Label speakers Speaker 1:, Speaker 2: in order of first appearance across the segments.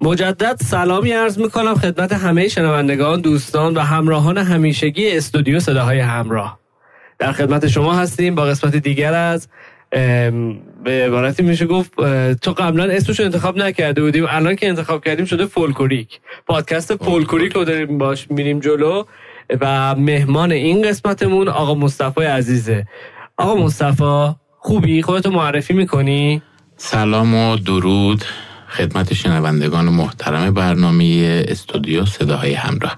Speaker 1: مجدد سلامی عرض می کنم خدمت همه شنوندگان دوستان و همراهان همیشگی استودیو صداهای همراه در خدمت شما هستیم با قسمت دیگر از ام، به عبارتی میشه گفت اه، تو قبلا اسمش رو انتخاب نکرده بودیم الان که انتخاب کردیم شده فولکوریک پادکست فولکوریک رو داریم باش میریم جلو و مهمان این قسمتمون آقا مصطفی عزیزه آقا مصطفی خوبی خودتو معرفی میکنی
Speaker 2: سلام و درود خدمت شنوندگان محترم برنامه استودیو صداهای همراه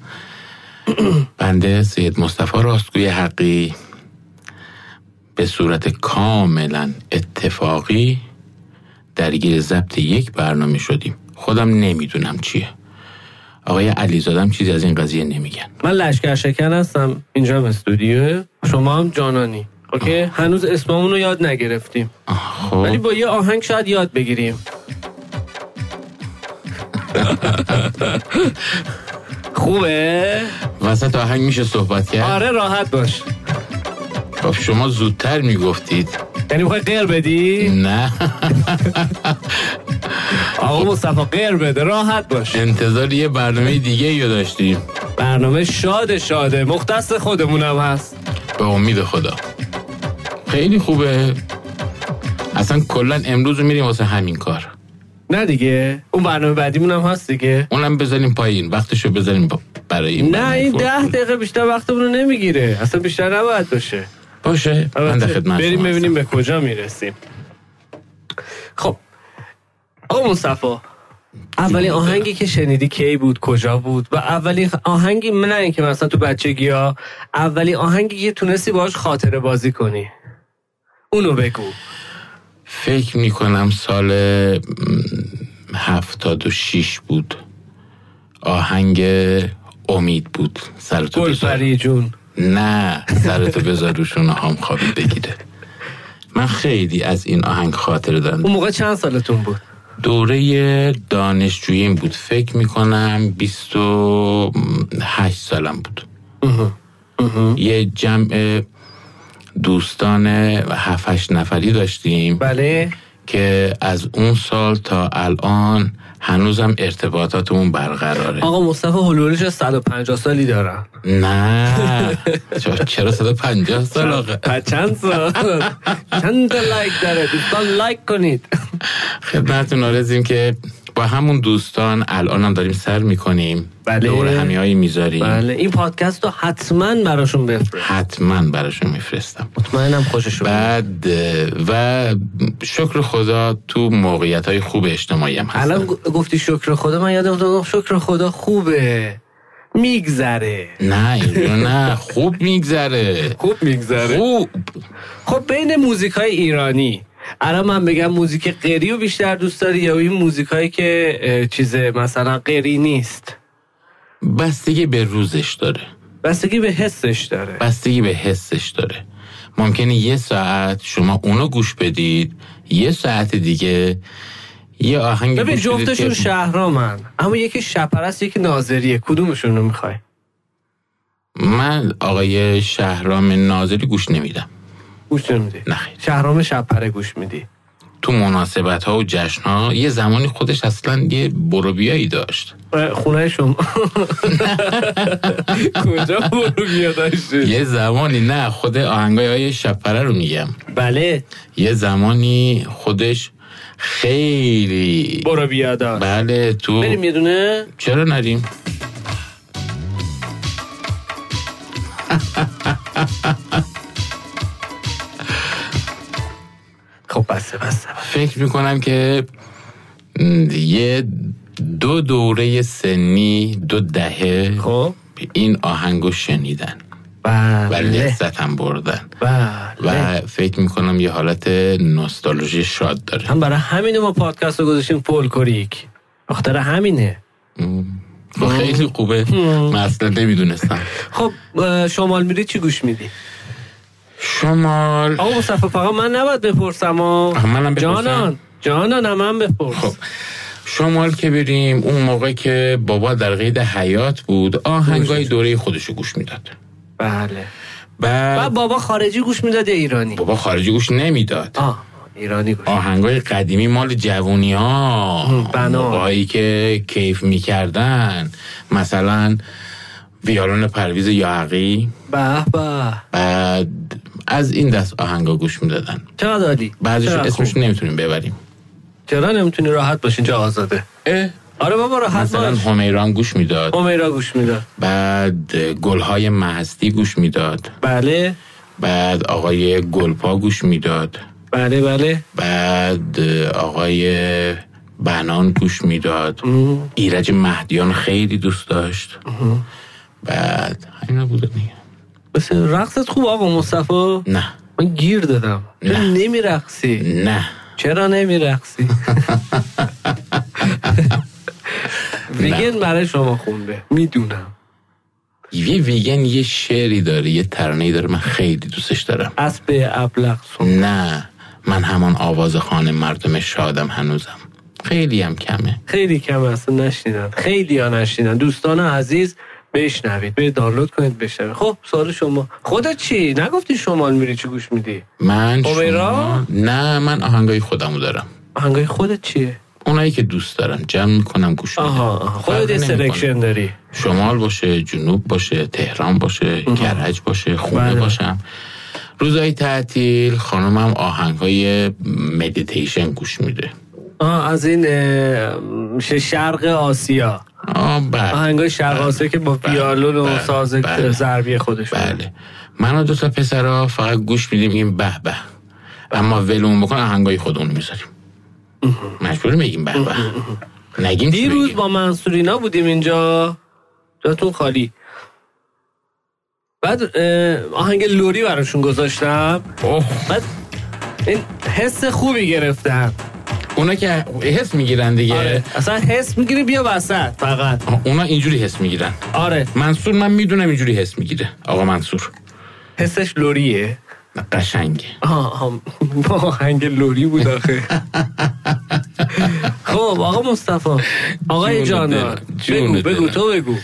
Speaker 2: بنده سید مصطفی راستگوی حقی به صورت کاملا اتفاقی درگیر ضبط یک برنامه شدیم خودم نمیدونم چیه آقای علیزادم چیزی از این قضیه نمیگن
Speaker 1: من لشکر شکن هستم اینجا هم استودیوه شما هم جانانی اوکی هنوز اسممون رو یاد نگرفتیم ولی
Speaker 2: خب
Speaker 1: با یه آهنگ شاید یاد بگیریم خوبه
Speaker 2: وسط آهنگ میشه صحبت کرد
Speaker 1: آره راحت باش
Speaker 2: خب شما زودتر میگفتید
Speaker 1: یعنی میخوای غیر بدی
Speaker 2: نه
Speaker 1: آقا مصطفی غیر بده راحت باش
Speaker 2: انتظار یه برنامه دیگه رو داشتیم
Speaker 1: برنامه شاد شاده مختص خودمونم هست
Speaker 2: به امید خدا خیلی خوبه اصلا کلا امروز رو میریم واسه همین کار
Speaker 1: نه دیگه اون برنامه بعدیمون هم هست دیگه
Speaker 2: اونم بذاریم پایین وقتشو بذاریم با- برای این
Speaker 1: نه
Speaker 2: برنامه
Speaker 1: این
Speaker 2: فوت
Speaker 1: ده
Speaker 2: کنیم.
Speaker 1: دقیقه بیشتر وقتمون رو نمیگیره اصلا بیشتر نباید باشه
Speaker 2: باشه من در
Speaker 1: البته
Speaker 2: خدمت
Speaker 1: آره. بریم
Speaker 2: شما
Speaker 1: ببینیم
Speaker 2: هستم.
Speaker 1: به کجا میرسیم خب آقا مصطفی اولین آهنگی که شنیدی کی بود کجا بود و اولین آهنگی نه اینکه مثلا تو بچگی ها اولین آهنگی که تونستی باهاش خاطره بازی کنی اونو
Speaker 2: خب،
Speaker 1: بگو
Speaker 2: فکر میکنم سال م، هفتاد و شیش بود آهنگ امید بود سرتو بذار
Speaker 1: گلپری جون
Speaker 2: نه سرتو بذار روشون هم خوابید بگیره من خیلی از این آهنگ خاطره دارم
Speaker 1: اون موقع چند سالتون بود
Speaker 2: دوره دانشجوییم بود فکر میکنم 28 سالم بود یه جمع دوستان 7 نفری داشتیم
Speaker 1: بله
Speaker 2: که از اون سال تا الان هنوزم ارتباطاتمون برقراره
Speaker 1: آقا مصطفی هلولش 150 سالی دارم
Speaker 2: نه چرا- چرا 150 سال آقا
Speaker 1: چند سال چند تا لایک داره دوستان لایک کنید
Speaker 2: خدمتتون آرزیم که با همون دوستان الان هم داریم سر میکنیم
Speaker 1: بله.
Speaker 2: دور همیایی میذاریم
Speaker 1: بله این پادکست رو حتما براشون بفرست
Speaker 2: حتما براشون میفرستم
Speaker 1: مطمئنم خوشش اومد
Speaker 2: بعد اه، و شکر خدا تو موقعیت های خوب اجتماعی هم هستم
Speaker 1: الان گ- گفتی شکر خدا من یادم افتاد گفت شکر خدا خوبه میگذره
Speaker 2: نه اینجور نه خوب میگذره
Speaker 1: خوب میگذره
Speaker 2: خوب
Speaker 1: خب بین موزیک های ایرانی الان من بگم موزیک قری رو بیشتر دوست داری یا این موزیک هایی که اه، چیز مثلا قری نیست
Speaker 2: بستگی به روزش داره
Speaker 1: بستگی به حسش داره
Speaker 2: بستگی به حسش داره ممکنه یه ساعت شما اونو گوش بدید یه ساعت دیگه یه آهنگ
Speaker 1: ببین
Speaker 2: گوش بدید
Speaker 1: جفتشون
Speaker 2: که-
Speaker 1: شهرامن اما یکی شپرست یکی نازریه کدومشون رو میخوای
Speaker 2: من آقای شهرام ناظری گوش نمیدم
Speaker 1: گوش نمیدی
Speaker 2: نه خیر.
Speaker 1: شهرام شپره گوش میدی
Speaker 2: تو مناسبت ها و جشن ها یه زمانی خودش اصلا یه بروبیایی داشت
Speaker 1: خونه شما کجا برو بیا داشتی
Speaker 2: یه زمانی نه خود آهنگای های شپره رو میگم
Speaker 1: بله
Speaker 2: یه زمانی خودش خیلی
Speaker 1: برو بیا داشت
Speaker 2: بله تو
Speaker 1: بریم یه دونه
Speaker 2: چرا نریم
Speaker 1: خب بسته بسته بسته.
Speaker 2: فکر میکنم که م، یه دو دوره سنی دو دهه
Speaker 1: خب
Speaker 2: این آهنگو شنیدن و
Speaker 1: بله
Speaker 2: لذتم بردن
Speaker 1: بله
Speaker 2: و فکر میکنم یه حالت نوستالژی شاد داره
Speaker 1: هم برای همینه ما پادکست رو گذاشتیم فولکوریک بخاطر همینه
Speaker 2: خب خیلی خوبه من اصلا نمیدونستم
Speaker 1: خب اه، شمال میری چی گوش میدی
Speaker 2: شمال
Speaker 1: آقا مصطفی فقط من نباید بپرسم و
Speaker 2: آه، منم بپرسم؟
Speaker 1: جانان جانان من بپرس
Speaker 2: خب شمال که بریم اون موقع که بابا در قید حیات بود آهنگای دوره خودشو گوش میداد
Speaker 1: بله
Speaker 2: بعد
Speaker 1: بعد بابا خارجی گوش میداد یا ایرانی
Speaker 2: خب. بابا خارجی گوش نمیداد
Speaker 1: آه ایرانی گوش
Speaker 2: آهنگای قدیمی مال جوونی ها
Speaker 1: بنا.
Speaker 2: موقعی که کیف میکردن مثلا ویالون پرویز یاقی
Speaker 1: به به
Speaker 2: بعد از این دست آهنگا گوش میدادن
Speaker 1: چقدر عالی
Speaker 2: بعضیشون
Speaker 1: چقدر
Speaker 2: اسمش
Speaker 1: خوب.
Speaker 2: نمیتونیم ببریم
Speaker 1: چرا نمیتونی راحت باشین چه آزاده
Speaker 2: اه،
Speaker 1: آره بابا راحت
Speaker 2: مثلا
Speaker 1: باش
Speaker 2: همیرام گوش میداد
Speaker 1: امیرا گوش میداد
Speaker 2: بعد گلهای محستی گوش میداد
Speaker 1: بله
Speaker 2: بعد آقای گلپا گوش میداد
Speaker 1: بله بله
Speaker 2: بعد آقای بنان گوش میداد
Speaker 1: مم.
Speaker 2: ایرج مهدیان خیلی دوست داشت بعد همینا بوده دیگه
Speaker 1: بس رقصت خوب آقا مصطفی
Speaker 2: نه
Speaker 1: من گیر دادم تو
Speaker 2: نه.
Speaker 1: نمیرقصی
Speaker 2: نه
Speaker 1: چرا نمیرقصی ویگن برای شما خونده میدونم
Speaker 2: یه ویگن یه شعری داره یه ترانه‌ای داره من خیلی دوستش دارم
Speaker 1: اسب ابلق سون
Speaker 2: نه من همان آواز خانه مردم شادم هنوزم خیلی هم کمه
Speaker 1: خیلی کم اصلا نشنیدن خیلی ها نشنیدن دوستان عزیز بشنوید برید دانلود کنید بشنوید خب سوال شما خودت چی نگفتی شمال میری چی گوش میدی
Speaker 2: من
Speaker 1: اوبرا؟
Speaker 2: شما... نه من آهنگای خودمو دارم
Speaker 1: آهنگای خودت چیه
Speaker 2: اونایی که دوست دارم جمع میکنم گوش میدم
Speaker 1: آها آها. خودت
Speaker 2: فرقی
Speaker 1: یه
Speaker 2: نمی‌کنه.
Speaker 1: سلکشن داری
Speaker 2: شمال باشه جنوب باشه تهران باشه کرج باشه خونه
Speaker 1: بله.
Speaker 2: باشم روزهای تعطیل خانمم آهنگ های مدیتیشن گوش میده
Speaker 1: آه از این اه، میشه شرق آسیا
Speaker 2: آه بله
Speaker 1: آهنگای شرق آسیا که با
Speaker 2: بله،
Speaker 1: ویالون و
Speaker 2: بله،
Speaker 1: ساز
Speaker 2: بله.
Speaker 1: ضربی خودشون
Speaker 2: بله من و دو تا پسرا فقط گوش میدیم این به به اما ولون بکن آهنگای خودمون میذاریم مجبور میگیم به به نگیم چی
Speaker 1: دیروز
Speaker 2: بگیم؟
Speaker 1: با منصورینا بودیم اینجا جاتون خالی بعد اه، آهنگ لوری براشون گذاشتم
Speaker 2: اوه.
Speaker 1: بعد این حس خوبی گرفتم
Speaker 2: اونا که حس میگیرن
Speaker 1: آره
Speaker 2: دیگه
Speaker 1: اصلا حس میگیری بیا وسط فقط
Speaker 2: آه، اونا اینجوری حس میگیرن
Speaker 1: آره
Speaker 2: منصور من میدونم اینجوری حس میگیره آقا منصور
Speaker 1: حسش لوریه
Speaker 2: قشنگه
Speaker 1: آه آه، با آهنگ لوری بود آخه خب آقا مصطفی آقای
Speaker 2: جون
Speaker 1: جانا
Speaker 2: دلم، جون
Speaker 1: بگو بگو
Speaker 2: دلم.
Speaker 1: تو بگو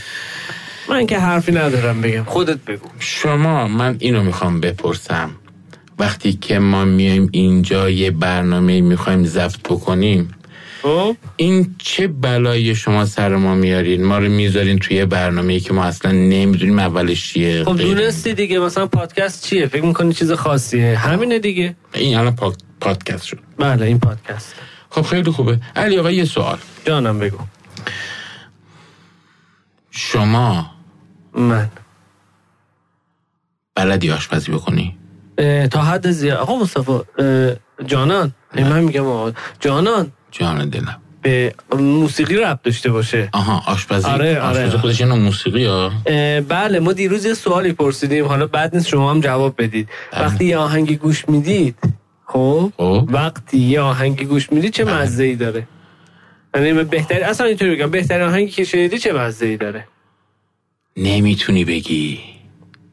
Speaker 1: من که حرفی ندارم بگم خودت بگو
Speaker 2: شما من اینو میخوام بپرسم وقتی که ما میایم اینجا یه برنامه میخوایم ضبط بکنیم
Speaker 1: خب
Speaker 2: این چه بلایی شما سر ما میارین ما رو میذارین توی برنامه که ما اصلا نمیدونیم اولش چیه
Speaker 1: خب
Speaker 2: غیر-
Speaker 1: دونستی دیگه مثلا پادکست چیه فکر میکنی چیز خاصیه همینه دیگه
Speaker 2: این الان پا- پادکست شد
Speaker 1: بله این پادکست
Speaker 2: خب خیلی خوبه علی آقا یه سوال
Speaker 1: جانم بگو
Speaker 2: شما
Speaker 1: من
Speaker 2: بلدی آشپزی بکنی
Speaker 1: اه، تا حد زیاد آقا مصطفی اه، جانان اه، من میگم آقا جانان
Speaker 2: جان دلم
Speaker 1: به موسیقی رب داشته باشه
Speaker 2: آها آشپزی
Speaker 1: آره، آره.
Speaker 2: آشپزی خودش یه نوع موسیقی ها
Speaker 1: اه، بله ما دیروز یه سوالی پرسیدیم حالا بعد نیست شما هم جواب بدید وقتی یه آهنگی گوش میدید خب
Speaker 2: بله. خب. بله.
Speaker 1: وقتی یه آهنگی گوش میدید چه مزه ای داره یعنی من بهتر اصلا اینطوری بگم بهترین آهنگی که شنیدی چه مزه ای داره
Speaker 2: نمیتونی بگی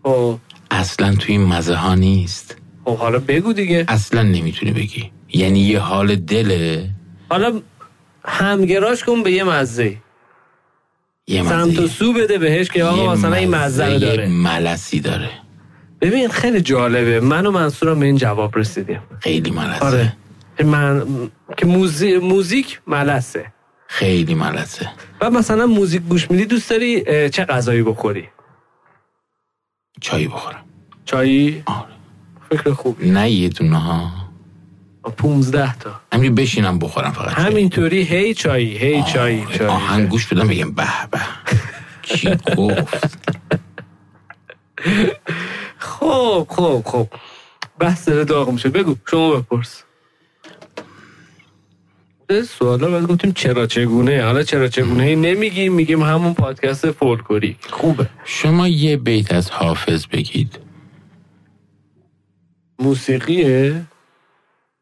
Speaker 1: خب
Speaker 2: اصلا توی این مزه ها نیست
Speaker 1: خب حالا بگو دیگه
Speaker 2: اصلا نمیتونی بگی یعنی یه حال دله
Speaker 1: حالا همگراش کن به یه مزه
Speaker 2: یه
Speaker 1: سمت و
Speaker 2: مزه
Speaker 1: سو بده بهش که
Speaker 2: یه
Speaker 1: آقا مثلا این مزه رو
Speaker 2: یه
Speaker 1: داره
Speaker 2: ملسی داره
Speaker 1: ببین خیلی جالبه من و منصورم به این جواب رسیدیم
Speaker 2: خیلی ملسه
Speaker 1: آره من که موزی... موزیک ملسه
Speaker 2: خیلی ملسه
Speaker 1: و مثلا موزیک گوش میدی دوست داری اه، چه غذایی بخوری
Speaker 2: چای بخورم
Speaker 1: چایی
Speaker 2: آره
Speaker 1: فکر خوبی
Speaker 2: نه یه دونه ها
Speaker 1: 15 تا
Speaker 2: همینجور بشینم بخورم فقط
Speaker 1: همینطوری هی چایی هی چایی
Speaker 2: آره،
Speaker 1: چایی
Speaker 2: آهنگ گوش بدم بگم به به چی گفت
Speaker 1: خب خب خب بحث داره داغ میشه بگو شما بپرس یه سوالا بعد گفتیم چرا چگونه حالا چرا چگونه ای نمیگیم میگیم همون پادکست فولکلوری خوبه
Speaker 2: شما یه بیت از حافظ بگید
Speaker 1: موسیقیه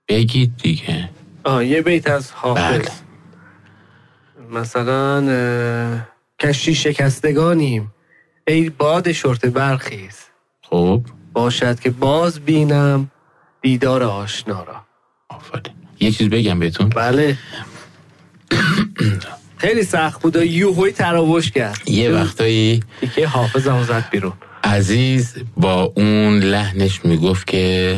Speaker 2: بگید دیگه
Speaker 1: آه یه بیت از حافظ
Speaker 2: بله.
Speaker 1: مثلا اه، کشتی شکستگانیم ای باد شرط برخیز
Speaker 2: خب
Speaker 1: باشد که باز بینم دیدار آشنا را
Speaker 2: آفرین یه چیز بگم بهتون
Speaker 1: بله خیلی سخت بود و یوهوی تراوش کرد
Speaker 2: یه وقتایی
Speaker 1: دیگه حافظم زد بیرون
Speaker 2: عزیز با اون لحنش میگفت که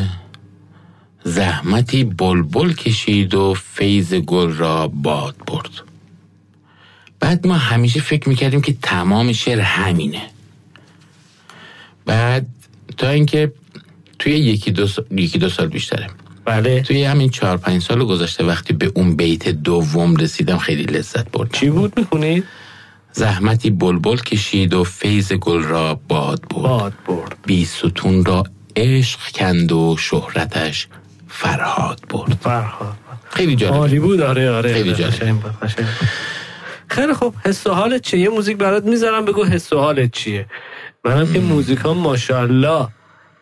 Speaker 2: زحمتی بلبل کشید و فیض گل را باد برد بعد ما همیشه فکر میکردیم که تمام شعر همینه بعد تا اینکه توی یکی دو, سال، یکی دو سال بیشتره
Speaker 1: بله
Speaker 2: توی همین چهار پنج سال گذشته وقتی به اون بیت دوم رسیدم خیلی لذت بردم
Speaker 1: چی بود میخونید؟
Speaker 2: زحمتی بلبل کشید و فیض گل را باد برد
Speaker 1: باد برد
Speaker 2: بی ستون را عشق کند و شهرتش فرهاد برد
Speaker 1: فرهاد
Speaker 2: خیلی جالب
Speaker 1: عالی بود آره آره
Speaker 2: خیلی
Speaker 1: آره،
Speaker 2: جالب.
Speaker 1: قشنگ بود، قشنگ بود. خیلی خب حس و حالت چیه یه موزیک برات میذارم بگو حس و حالت چیه منم که موزیک ها ماشاءالله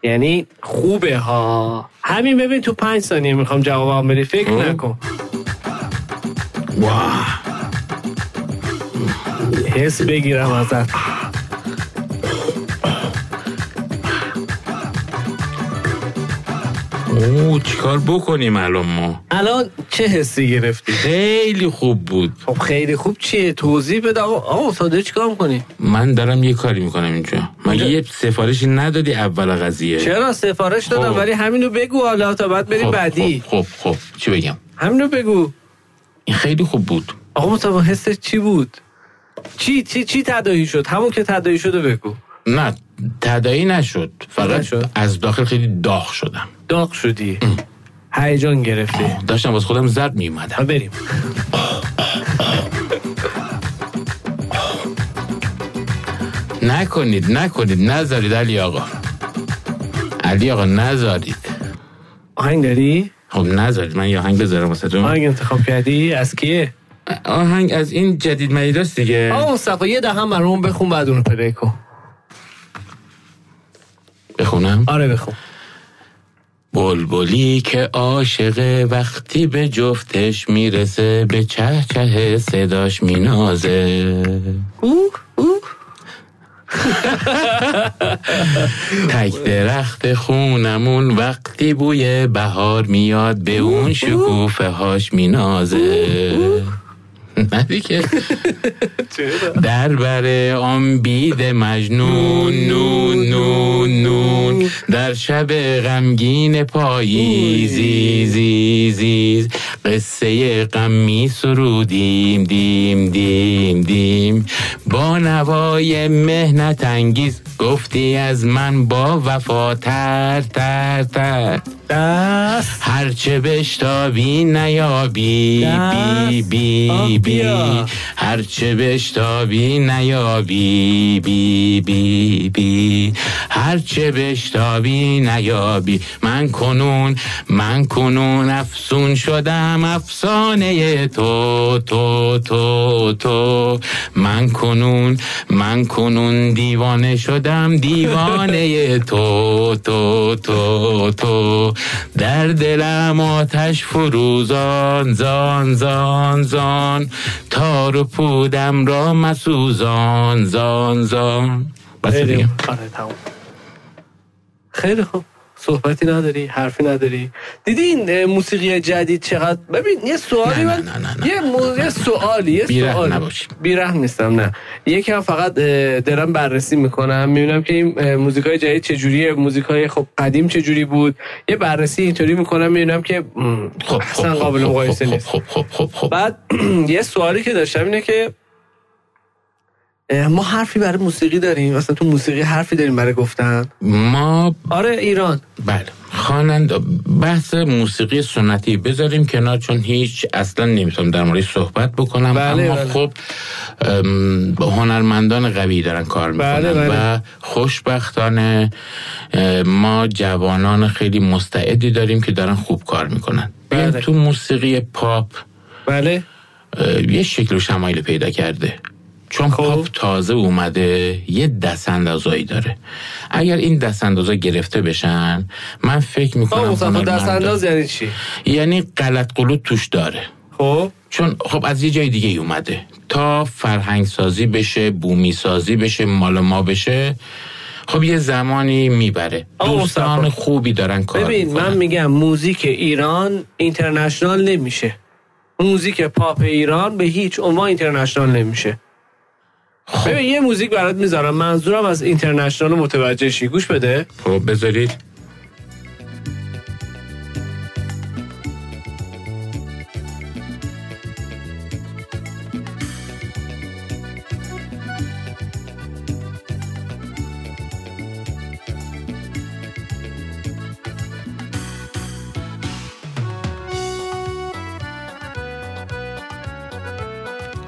Speaker 1: یعنی خوبه ها همین ببین تو پنج ثانیه میخوام جوابم بدی فکر
Speaker 2: ام.
Speaker 1: نکن
Speaker 2: واه
Speaker 1: حس بگیرم ازت
Speaker 2: او چیکار بکنیم الان ما
Speaker 1: الان چه حسی گرفتی
Speaker 2: خیلی خوب بود
Speaker 1: خب خیلی خوب چیه توضیح بده آقا آقا افتاده چیکار میکنی
Speaker 2: من دارم یه کاری میکنم اینجا مگه یه سفارشی ندادی اول قضیه
Speaker 1: چرا سفارش دادم
Speaker 2: خب.
Speaker 1: ولی همینو بگو حالا تا بعد بریم
Speaker 2: خب،
Speaker 1: بعدی
Speaker 2: خب خب خب. چی بگم
Speaker 1: همینو بگو
Speaker 2: این خیلی خوب بود
Speaker 1: آقا مطابق حسش چی بود چی چی چی تدایی شد همون که تدایی شده بگو
Speaker 2: نه تدایی نشد فقط
Speaker 1: نشد؟
Speaker 2: از داخل خیلی داغ شدم
Speaker 1: داغ شدی هیجان گرفتی
Speaker 2: داشتم واسه خودم زرد میومدم
Speaker 1: آه، بریم
Speaker 2: نکنید نکنید نذارید علی آقا علی آقا نذارید
Speaker 1: آهنگ داری
Speaker 2: خب نذارید من یه آهنگ بذارم واسه
Speaker 1: آهنگ انتخاب کردی از کیه
Speaker 2: آهنگ از این جدید مدیداست دیگه
Speaker 1: آقا مصطفی یه دهم برام بخون بعد اونو پلی کن
Speaker 2: بخونم
Speaker 1: آره بخون
Speaker 2: بلبلی که عاشق وقتی به جفتش میرسه به چه چه صداش مینازه
Speaker 1: او او
Speaker 2: تک درخت خونمون وقتی بوی بهار میاد به اون شکوفه هاش مینازه نه دیگه در بر آن بید مجنون نون نون نون در شب غمگین پاییزی زی زی قصه غم می سرودیم دیم دیم دیم با نوای مهنت انگیز گفتی از من با وفا تر تر تر
Speaker 1: دست
Speaker 2: هرچه بشتابی نیابی بی
Speaker 1: آه،
Speaker 2: بی بی
Speaker 1: بیا.
Speaker 2: هرچه بشتابی نیابی بی بی بی هرچه بشتابی نیابی من کنون من کنون افسون شدم افسانه تو تو تو تو من کنون من کنون دیوانه شدم دیوانه تو تو تو تو در دلم آتش فروزان زان زان زان تار و پودم را مسوزان زان زان بس دیگه.
Speaker 1: بریم آره تمام خیلی خوب صحبتی نداری حرفی نداری دیدی این اه، موسیقی جدید چقدر ببین یه سوالی
Speaker 2: نه،
Speaker 1: من
Speaker 2: نه، نه، نه،
Speaker 1: یه مو... یه سوالی یه
Speaker 2: بیرحم
Speaker 1: سوال
Speaker 2: نباش.
Speaker 1: بیرحم نیستم نه یکم فقط اه، دارم بررسی میکنم میبینم که این موزیکای جدید چجوریه موزیکای خب قدیم چجوری بود یه بررسی اینطوری میکنم میبینم که مم،
Speaker 2: خب خب
Speaker 1: اصلا قابل
Speaker 2: خب،
Speaker 1: مقایسه
Speaker 2: خب
Speaker 1: نیست
Speaker 2: خب خب خب خب
Speaker 1: بعد یه سوالی که داشتم اینه که اه، ما حرفی برای موسیقی داریم مثلا تو موسیقی حرفی داریم برای گفتن
Speaker 2: ما
Speaker 1: آره ایران
Speaker 2: بله خواننده بحث موسیقی سنتی بذاریم کنار چون هیچ اصلا نمیتونم در موردش صحبت بکنم
Speaker 1: بله،
Speaker 2: اما
Speaker 1: بله.
Speaker 2: خب ام، هنرمندان قوی دارن کار میکنن
Speaker 1: بله، بله.
Speaker 2: و خوشبختانه اه، ما جوانان خیلی مستعدی داریم که دارن خوب کار میکنن بگم
Speaker 1: بله.
Speaker 2: تو موسیقی پاپ
Speaker 1: بله
Speaker 2: اه، یه شکل و شمایل پیدا کرده چون
Speaker 1: خب.
Speaker 2: پاپ تازه اومده یه دستاندازایی داره اگر این دستاندازا گرفته بشن من فکر
Speaker 1: آه
Speaker 2: میکنم
Speaker 1: مصطفی دست انداز یعنی چی
Speaker 2: یعنی غلط قلوت توش داره
Speaker 1: خب
Speaker 2: چون خب از یه جای دیگه ای اومده تا فرهنگ سازی بشه بومی سازی بشه مال ما بشه خب یه زمانی میبره
Speaker 1: آقا
Speaker 2: دوستان
Speaker 1: مصطفی.
Speaker 2: خوبی دارن کار
Speaker 1: ببین
Speaker 2: می‌کنن.
Speaker 1: من میگم موزیک ایران اینترنشنال نمیشه موزیک پاپ ایران به هیچ عنوان اینترنشنال نمیشه
Speaker 2: خب
Speaker 1: ببین یه موزیک برات میذارم منظورم از اینترنشنال متوجه شی گوش بده
Speaker 2: خب، بذارید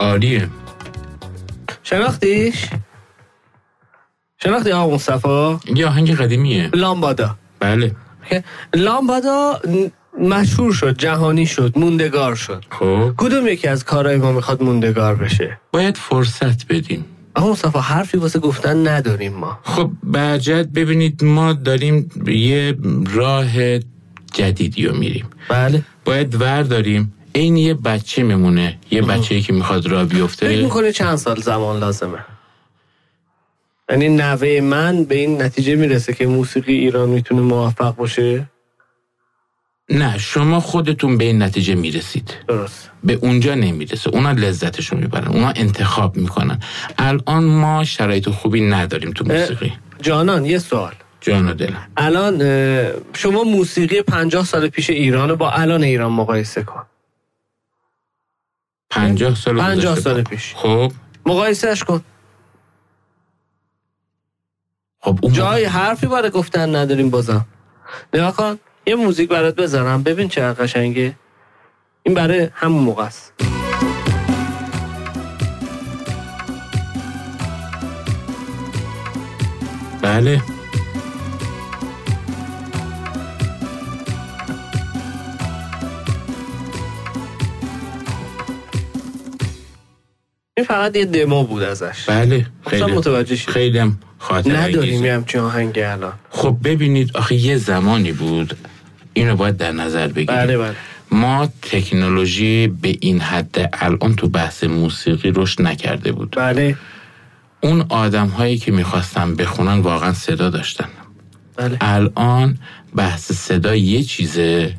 Speaker 2: عالیه
Speaker 1: شناختیش شناختی آقا مصطفی
Speaker 2: یه آهنگ قدیمیه
Speaker 1: لامبادا
Speaker 2: بله
Speaker 1: که لامبادا مشهور شد جهانی شد موندگار شد
Speaker 2: خب
Speaker 1: کدوم یکی از کارهای ما میخواد موندگار بشه
Speaker 2: باید فرصت بدیم
Speaker 1: آقا مصطفی حرفی واسه گفتن نداریم ما
Speaker 2: خب برجت ببینید ما داریم یه راه جدیدی رو میریم
Speaker 1: بله
Speaker 2: باید ور داریم این یه بچه میمونه یه بچه که میخواد راه
Speaker 1: فکر
Speaker 2: بیفته
Speaker 1: میکنه چند سال زمان لازمه یعنی نوه من به این نتیجه میرسه که موسیقی ایران میتونه موفق باشه
Speaker 2: نه شما خودتون به این نتیجه میرسید
Speaker 1: درست
Speaker 2: به اونجا نمیرسه اونا لذتشون میبرن اونا انتخاب میکنن الان ما شرایط خوبی نداریم تو موسیقی
Speaker 1: جانان یه سوال
Speaker 2: جان و دلم
Speaker 1: الان اه، شما موسیقی 50 سال پیش ایران رو با الان ایران مقایسه کن
Speaker 2: پنجاه سال
Speaker 1: 50
Speaker 2: گذشته.
Speaker 1: سال پیش
Speaker 2: خب
Speaker 1: مقایسهش کن
Speaker 2: خب اون
Speaker 1: جای حرفی برای گفتن نداریم بازم نگاه کن یه موزیک برات بزنم ببین چه قشنگه این برای همون موقع است
Speaker 2: بله
Speaker 1: این فقط یه دمو بود ازش
Speaker 2: بله
Speaker 1: خب، اصلا متوجه شید.
Speaker 2: خیلی هم خاطره
Speaker 1: نداریم
Speaker 2: انگیزه.
Speaker 1: یه همچین آهنگی الان
Speaker 2: خب ببینید آخه یه زمانی بود اینو باید در نظر بگیریم
Speaker 1: بله بله
Speaker 2: ما تکنولوژی به این حد الان تو بحث موسیقی رشد نکرده بود
Speaker 1: بله
Speaker 2: اون آدم هایی که میخواستن بخونن واقعا صدا داشتن
Speaker 1: بله
Speaker 2: الان بحث صدا یه چیزه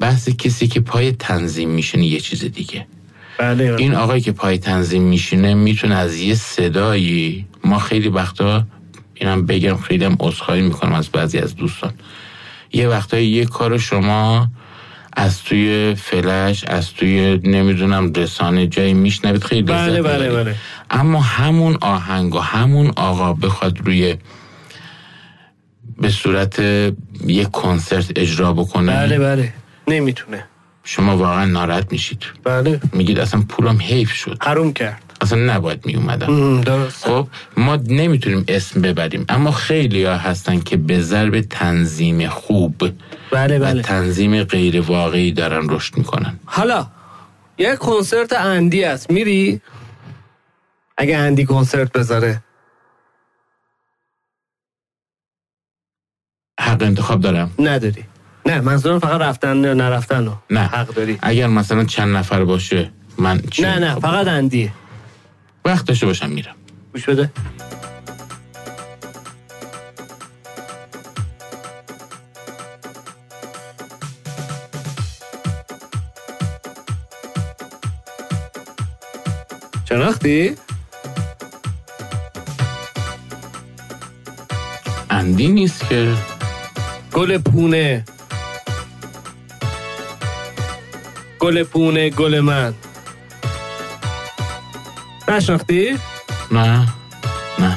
Speaker 2: بحث کسی که پای تنظیم میشینه یه چیز دیگه
Speaker 1: بله بله.
Speaker 2: این آقایی که پای تنظیم میشینه میتونه از یه صدایی ما خیلی وقتا اینم بگم خیلی هم عذرخواهی میکنم از بعضی از دوستان یه وقتایی یه کار شما از توی فلش از توی نمیدونم رسانه جایی میشنوید خیلی لذت
Speaker 1: بله، بله،
Speaker 2: می‌برید.
Speaker 1: بله.
Speaker 2: اما همون آهنگ و همون آقا بخواد روی به صورت یه کنسرت اجرا بکنه
Speaker 1: بله بله نمیتونه
Speaker 2: شما واقعا ناراحت میشید
Speaker 1: بله
Speaker 2: میگید اصلا پولم حیف شد
Speaker 1: حروم کرد
Speaker 2: اصلا نباید می اومدم
Speaker 1: ام، درست
Speaker 2: خب ما نمیتونیم اسم ببریم اما خیلی ها هستن که به ضرب تنظیم خوب
Speaker 1: بله
Speaker 2: و
Speaker 1: بله
Speaker 2: تنظیم غیر واقعی دارن رشد میکنن
Speaker 1: حالا یه کنسرت اندی هست میری اگه اندی کنسرت بذاره
Speaker 2: حق انتخاب دارم
Speaker 1: نداری نه منظورم فقط رفتن یا نرفتن رو
Speaker 2: نه
Speaker 1: حق داری
Speaker 2: اگر مثلا چند نفر باشه من چی
Speaker 1: نه نه
Speaker 2: انتخاب
Speaker 1: فقط اندیه
Speaker 2: کنم؟ وقت داشته باشم میرم
Speaker 1: گوش بده شناختی؟
Speaker 2: اندی نیست که
Speaker 1: گل پونه گل پونه گل من نشناختی؟
Speaker 2: نه نه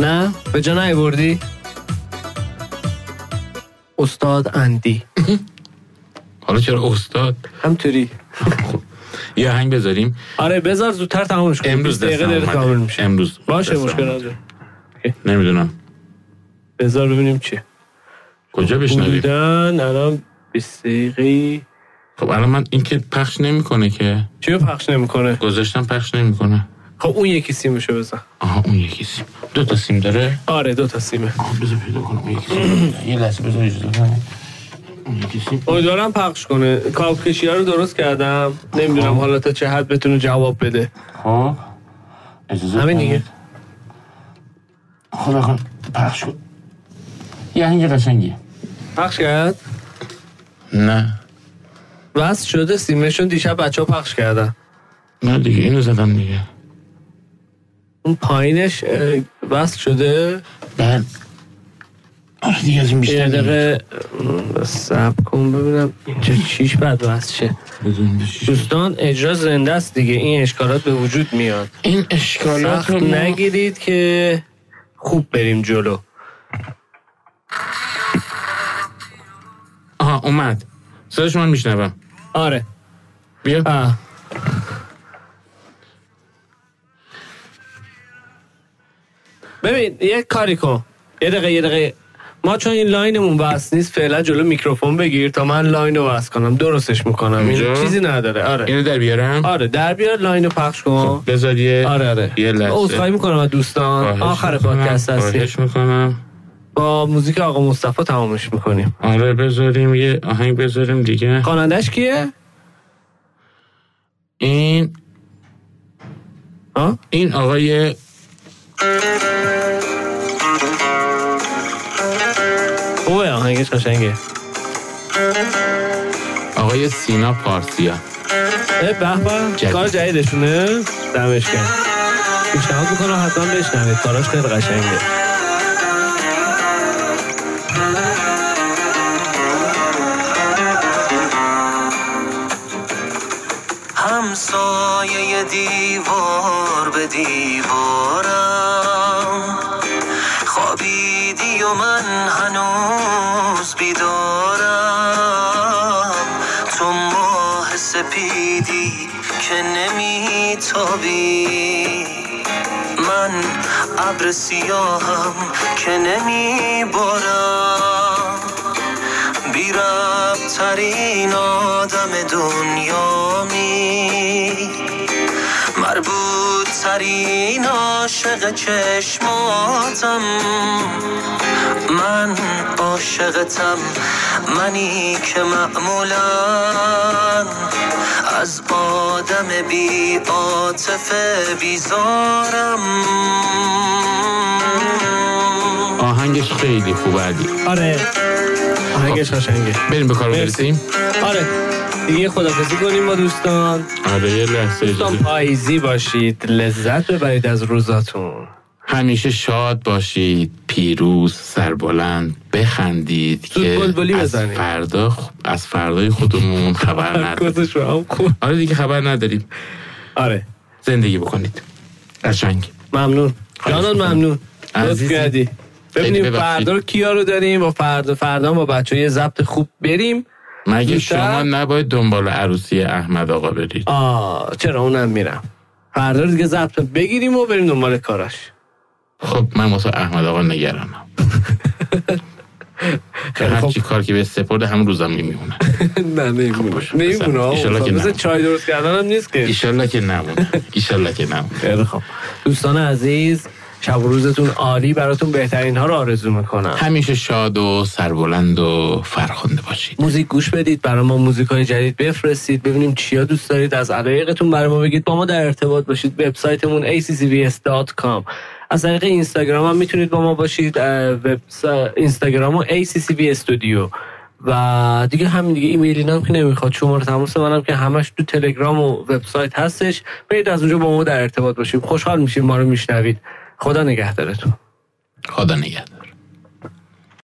Speaker 1: نه به جا نیوردی؟ استاد اندی
Speaker 2: حالا چرا استاد
Speaker 1: همطوری
Speaker 2: یه هنگ بذاریم
Speaker 1: آره بذار زودتر تمامش کن 20
Speaker 2: امروز
Speaker 1: دقیقه
Speaker 2: دستم
Speaker 1: داره
Speaker 2: اومده.
Speaker 1: کامل میشه
Speaker 2: امروز
Speaker 1: باشه
Speaker 2: دستم
Speaker 1: مشکل
Speaker 2: اومده.
Speaker 1: نداره
Speaker 2: نمیدونم
Speaker 1: بذار ببینیم چیه
Speaker 2: کجا بشنویم
Speaker 1: حدوداً الان 20 دقیقه
Speaker 2: خب الان من این که پخش نمیکنه که
Speaker 1: چیو پخش نمیکنه
Speaker 2: گذاشتم پخش نمیکنه
Speaker 1: خب اون یکی سیمشو بزن
Speaker 2: آها اون یکی سیم دو تا سیم داره
Speaker 1: آره دو تا سیمه
Speaker 2: آه، بذار پیدا کنم اون یکی سیم داره. یه لحظه بذار اجازه کنم اون یکی سیم
Speaker 1: امیدوارم پخش کنه کاب کشی ها رو درست کردم نمیدونم حالا تا چه حد بتونه جواب بده
Speaker 2: خب اجازه
Speaker 1: همین
Speaker 2: کنید.
Speaker 1: دیگه.
Speaker 2: خدا کن پخش کن یه هنگ قشنگیه
Speaker 1: پخش کرد
Speaker 2: نه
Speaker 1: وصل شده سیمشون دیشب بچه ها پخش کردن
Speaker 2: نه دیگه اینو زدم دیگه
Speaker 1: اون پایینش اه، وصل شده
Speaker 2: بعد آره دیگه از این
Speaker 1: یه
Speaker 2: بیشتر نمی‌شه.
Speaker 1: دقیقه م، سب کن ببینم اینجا چیش بعد وصل شه
Speaker 2: بدون بشه.
Speaker 1: دوستان اجرا زنده است دیگه این اشکالات به وجود میاد
Speaker 2: این اشکالات
Speaker 1: سخت
Speaker 2: رو خب ما-
Speaker 1: نگیرید که خوب بریم جلو
Speaker 2: آها، آها اومد صداش من میشنوم
Speaker 1: آره
Speaker 2: بیا
Speaker 1: آه. ببین یه کاری کن یه دقیقه یه دقیقه ما چون این لاینمون بس نیست فعلا جلو میکروفون بگیر تا من لاین رو بس کنم درستش میکنم
Speaker 2: اینجا؟
Speaker 1: این چیزی نداره آره
Speaker 2: اینو در بیارم
Speaker 1: آره در بیار لاین رو پخش کن
Speaker 2: بذار یه
Speaker 1: آره آره
Speaker 2: خب. یه لحظه
Speaker 1: عذرخواهی میکنم از دوستان
Speaker 2: خواهش
Speaker 1: آخر
Speaker 2: می‌کنم،
Speaker 1: پادکست هستی
Speaker 2: خواهش میکنم
Speaker 1: با موزیک آقا مصطفی تمامش میکنیم
Speaker 2: آره بذاریم یه آهنگ بذاریم دیگه
Speaker 1: خوانندش کیه
Speaker 2: این
Speaker 1: ها
Speaker 2: این آقای
Speaker 1: خوبه آهنگش قشنگه
Speaker 2: آقای سینا پارسیا
Speaker 1: اه، به به
Speaker 2: جدید.
Speaker 1: کار جدیدشونه دمش کرد پیشنهاد میکنم حتما بشنوید کاراش خیلی قشنگه
Speaker 3: همسایه دیوار به دیوارم خوابیدی و من هنوز بیدارم تو ماه سپیدی که نمیتابی من ابر سیاهم که نمیبارم بی ترین آدم دنیامی مربوط ترین عاشق چشماتم من عاشقتم منی که معمولا از آدم بی عاطفه بیزارم
Speaker 2: آهنگش خیلی خوبه علی
Speaker 1: آره آهنگش قشنگه
Speaker 2: بریم به کار
Speaker 1: مرسی.
Speaker 2: برسیم
Speaker 1: آره دیگه خدافزی کنیم با دوستان
Speaker 2: آره یه لحظه
Speaker 1: دوستان
Speaker 2: اجازه.
Speaker 1: پاییزی باشید لذت ببرید از روزاتون
Speaker 2: همیشه شاد باشید پیروز سربلند بخندید
Speaker 1: زود
Speaker 2: که
Speaker 1: بلبلی
Speaker 2: از
Speaker 1: بزنید.
Speaker 2: فردا خ- از فردای خودمون خبر نداریم
Speaker 1: کسش رو هم خوب
Speaker 2: آره دیگه خبر نداریم
Speaker 1: آره
Speaker 2: زندگی بکنید قشنگ
Speaker 1: ممنون
Speaker 2: خواهش
Speaker 1: جانان
Speaker 2: می‌کنم.
Speaker 1: ممنون لطف
Speaker 2: عزیزی.
Speaker 1: کردی
Speaker 2: خیلی
Speaker 1: ببینیم
Speaker 2: ببخشید.
Speaker 1: فردا رو کیا رو داریم با فردا فردا با بچه یه ضبط خوب بریم
Speaker 2: مگه
Speaker 1: زودتر؟
Speaker 2: شما نباید دنبال عروسی احمد آقا برید
Speaker 1: آه چرا اونم میرم فردا رو دیگه ضبط بگیریم و بریم دنبال کاراش
Speaker 2: خب من واسه احمد آقا نگرانم که
Speaker 1: خب.
Speaker 2: هرچی کار که به سپرد همون روزم نمیمونه
Speaker 1: نه نمیمونه
Speaker 2: خب، باشه.
Speaker 1: نمیمونه
Speaker 2: ایشالا
Speaker 1: آقا.
Speaker 2: که نه.
Speaker 1: مثل چای درست کردن هم نیست که
Speaker 2: ایشالله که نمونه ایشالله که نمونه
Speaker 1: خیلی خب دوستان عزیز شب و روزتون عالی براتون بهترین ها رو آرزو میکنم
Speaker 2: همیشه شاد و سربلند و فرخنده باشید
Speaker 1: موزیک گوش بدید برای ما موزیک های جدید بفرستید ببینیم چیا دوست دارید از علایقتون برای ما بگید با ما در ارتباط باشید وبسایتمون accvs.com از طریق اینستاگرام هم میتونید با ما باشید اه، وبسا- اینستاگرام و accv استودیو و دیگه همین دیگه ایمیل اینا هم که نمیخواد شماره تماس منم که همش تو تلگرام و وبسایت هستش برید از اونجا با ما در ارتباط باشید خوشحال میشیم ما رو میشنوید خدا نگهدارتون
Speaker 2: خدا نگهدار